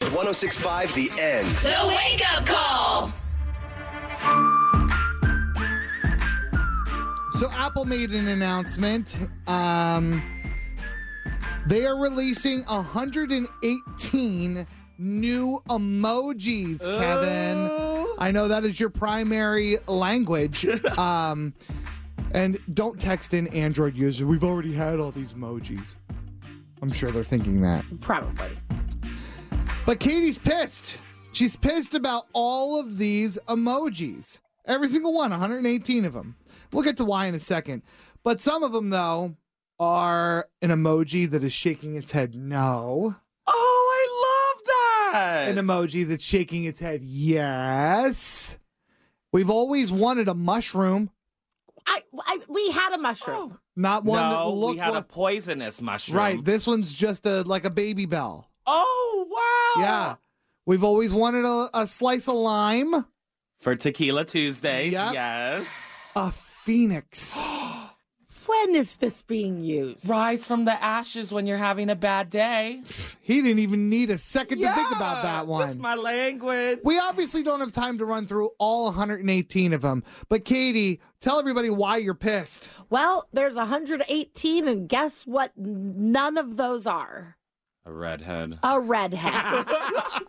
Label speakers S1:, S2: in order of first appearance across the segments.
S1: 1065 The End.
S2: The Wake Up Call.
S3: So Apple made an announcement. Um, they are releasing 118 new emojis, Kevin. I know that is your primary language. um, and don't text in Android user. We've already had all these emojis. I'm sure they're thinking that.
S4: Probably.
S3: But Katie's pissed. She's pissed about all of these emojis. Every single one, 118 of them. We'll get to why in a second. But some of them, though, are an emoji that is shaking its head no,
S5: Oh, I love that.
S3: an emoji that's shaking its head yes. We've always wanted a mushroom,
S4: I, I we had a mushroom.
S3: not one that
S5: no,
S3: looked
S5: we had
S3: like.
S5: a poisonous mushroom.
S3: right, this one's just a like a baby bell.
S5: oh wow.
S3: Yeah. We've always wanted a, a slice of lime,
S5: For Tequila Tuesdays.
S3: Yep.
S5: Yes.
S3: a phoenix.
S4: When is this being used?
S5: Rise from the ashes when you're having a bad day.
S3: He didn't even need a second to think about that one.
S5: That's my language.
S3: we obviously don't have time to run through all 118 of them. But Katie, tell everybody why you're pissed.
S4: Well, there's 118, and guess what? None of those are
S5: A redhead.
S4: a redhead.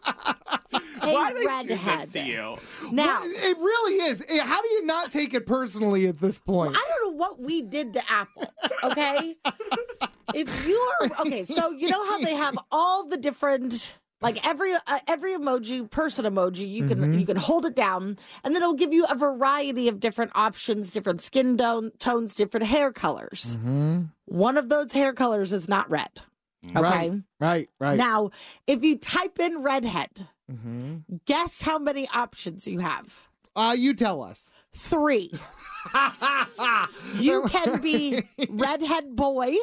S4: a
S5: Why do they do
S4: redhead.
S5: this to you?
S4: Now,
S3: It really is. Eh, How do you not take it personally at this point?
S4: I don't know what we did to Apple, okay? if you are okay, so you know how they have all the different like every uh, every emoji, person emoji, you can
S5: Mm-hmm.
S4: you can hold it down and then it'll give you a variety of different options, different skin tone, tones, different hair colors. One of those hair colors is not red. Okay.
S3: Mm-hmm. Right, right, right.
S4: Now, if you type in redhead,
S3: Mhm.
S4: guess how many options you have?
S3: Uh, you tell us.
S4: three. you can be redhead boy.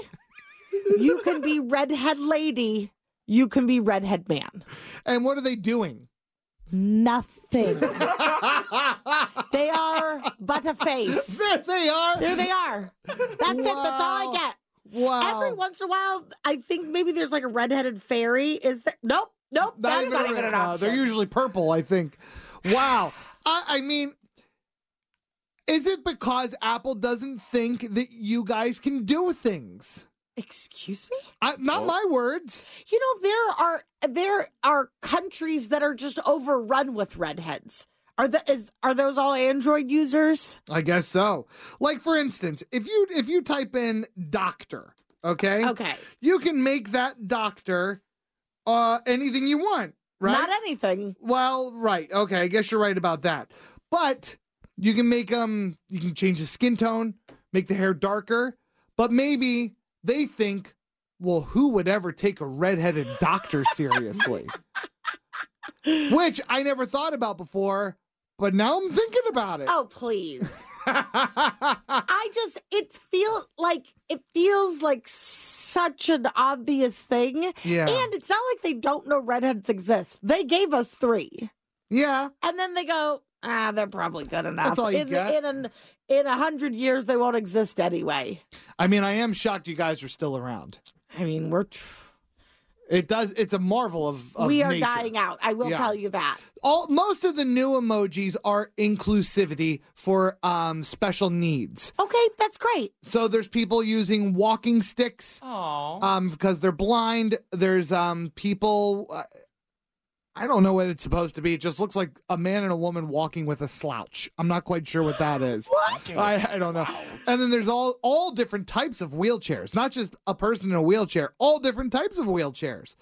S4: You can be redhead lady. You can be redhead man.
S3: And what are they doing?
S4: Nothing. they are but a face.
S3: There they are.
S4: There they are. That's it. That's
S3: Wow.
S4: all I get.
S3: wow.
S4: Every once in a while, I think maybe there's like a redheaded fairy. Is that? Nope. Nope.
S3: Not
S4: that's not
S3: a-
S4: even an
S3: no,
S4: option.
S3: They're usually purple, I think. Wow. I, I mean, is it because Apple doesn't think that you guys can do things?
S4: Excuse me?
S3: I, not my words.
S4: You know, there are there are countries that are just overrun with redheads. Are the is are those all Android users?
S3: I guess so. Like for instance, if you if you type in doctor, okay,
S4: Okay.
S3: you can make that doctor uh anything you want, right?
S4: Not anything.
S3: well, right. Okay, I guess you're right about that. But you can make um you can change the skin tone, make the hair darker, but maybe they think, well, who would ever take a redheaded doctor seriously? Which I never thought about before, but now I'm thinking about it.
S4: Oh, please. I just it feels like it feels like such an obvious thing.
S3: Yeah.
S4: And it's not like they don't know redheads exist. They gave us three.
S3: yeah.
S4: And then they go, ah, they're probably good enough.
S3: all you
S4: in,
S3: get.
S4: in an in a hundred years they won't exist anyway.
S3: I mean, I am shocked you guys are still around.
S4: I mean, we're tr-
S3: It does. It's a marvel of, of
S4: we are
S3: nature.
S4: dying out. I will
S3: Yeah.
S4: tell you that.
S3: All most of the new emojis are inclusivity for um, special needs.
S4: Okay, that's great.
S3: So there's people using walking sticks
S5: Aw.
S3: um, because they're blind. There's um, people. Uh, I don't know what it's supposed to be. It just looks like a man and a woman walking with a slouch. I'm not quite sure what that is.
S4: What?
S3: I, I don't know. And then there's all all different types of wheelchairs, not just a person in a wheelchair, all different types of wheelchairs.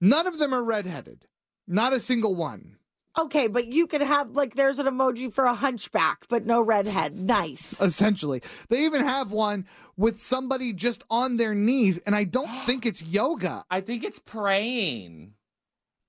S3: None of them are redheaded. Not a single one.
S4: Okay, but you could have like there's an emoji for a hunchback, but no redhead. Nice.
S3: essentially. They even have one with somebody just on their knees, and I don't think it's yoga,
S5: I think it's praying.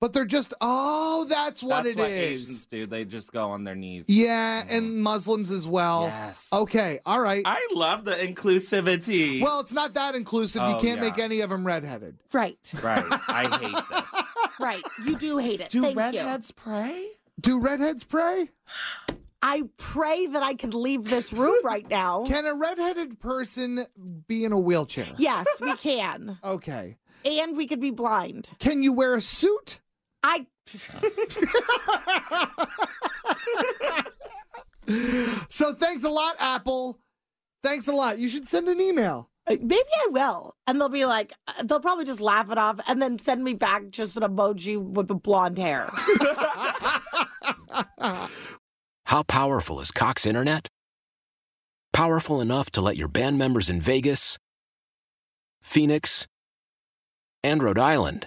S3: but they're just, oh, that's what
S5: That's
S3: it
S5: what
S3: is.
S5: Asians do. They just go on their knees.
S3: Yeah,
S5: Mhm.
S3: and Muslims as well.
S5: Yes.
S3: Okay, all right.
S5: I love the inclusivity.
S3: well, it's not that inclusive. you
S5: Oh,
S3: can't make
S5: yeah.
S3: any of them redheaded.
S4: Right.
S5: right. I hate this.
S4: Right. You do hate it.
S5: Do
S4: Thank
S5: redheads pray?
S3: Do redheads pray?
S4: you. I pray that I could leave this room right
S5: Oh.
S4: now.
S3: Can a redheaded person be in a wheelchair?
S4: yes, we can.
S3: Okay.
S4: And we could be blind.
S3: Can you wear a suit?
S4: I
S3: So thanks a lot, Apple. Thanks a lot. You should send an email.
S4: Uh, Maybe I will. And they'll be like, uh, they'll probably just laugh it off and then send me back just an emoji with the blonde hair.
S6: How powerful is Cox Internet? Powerful enough to let your band members in Vegas, Phoenix, and Rhode Island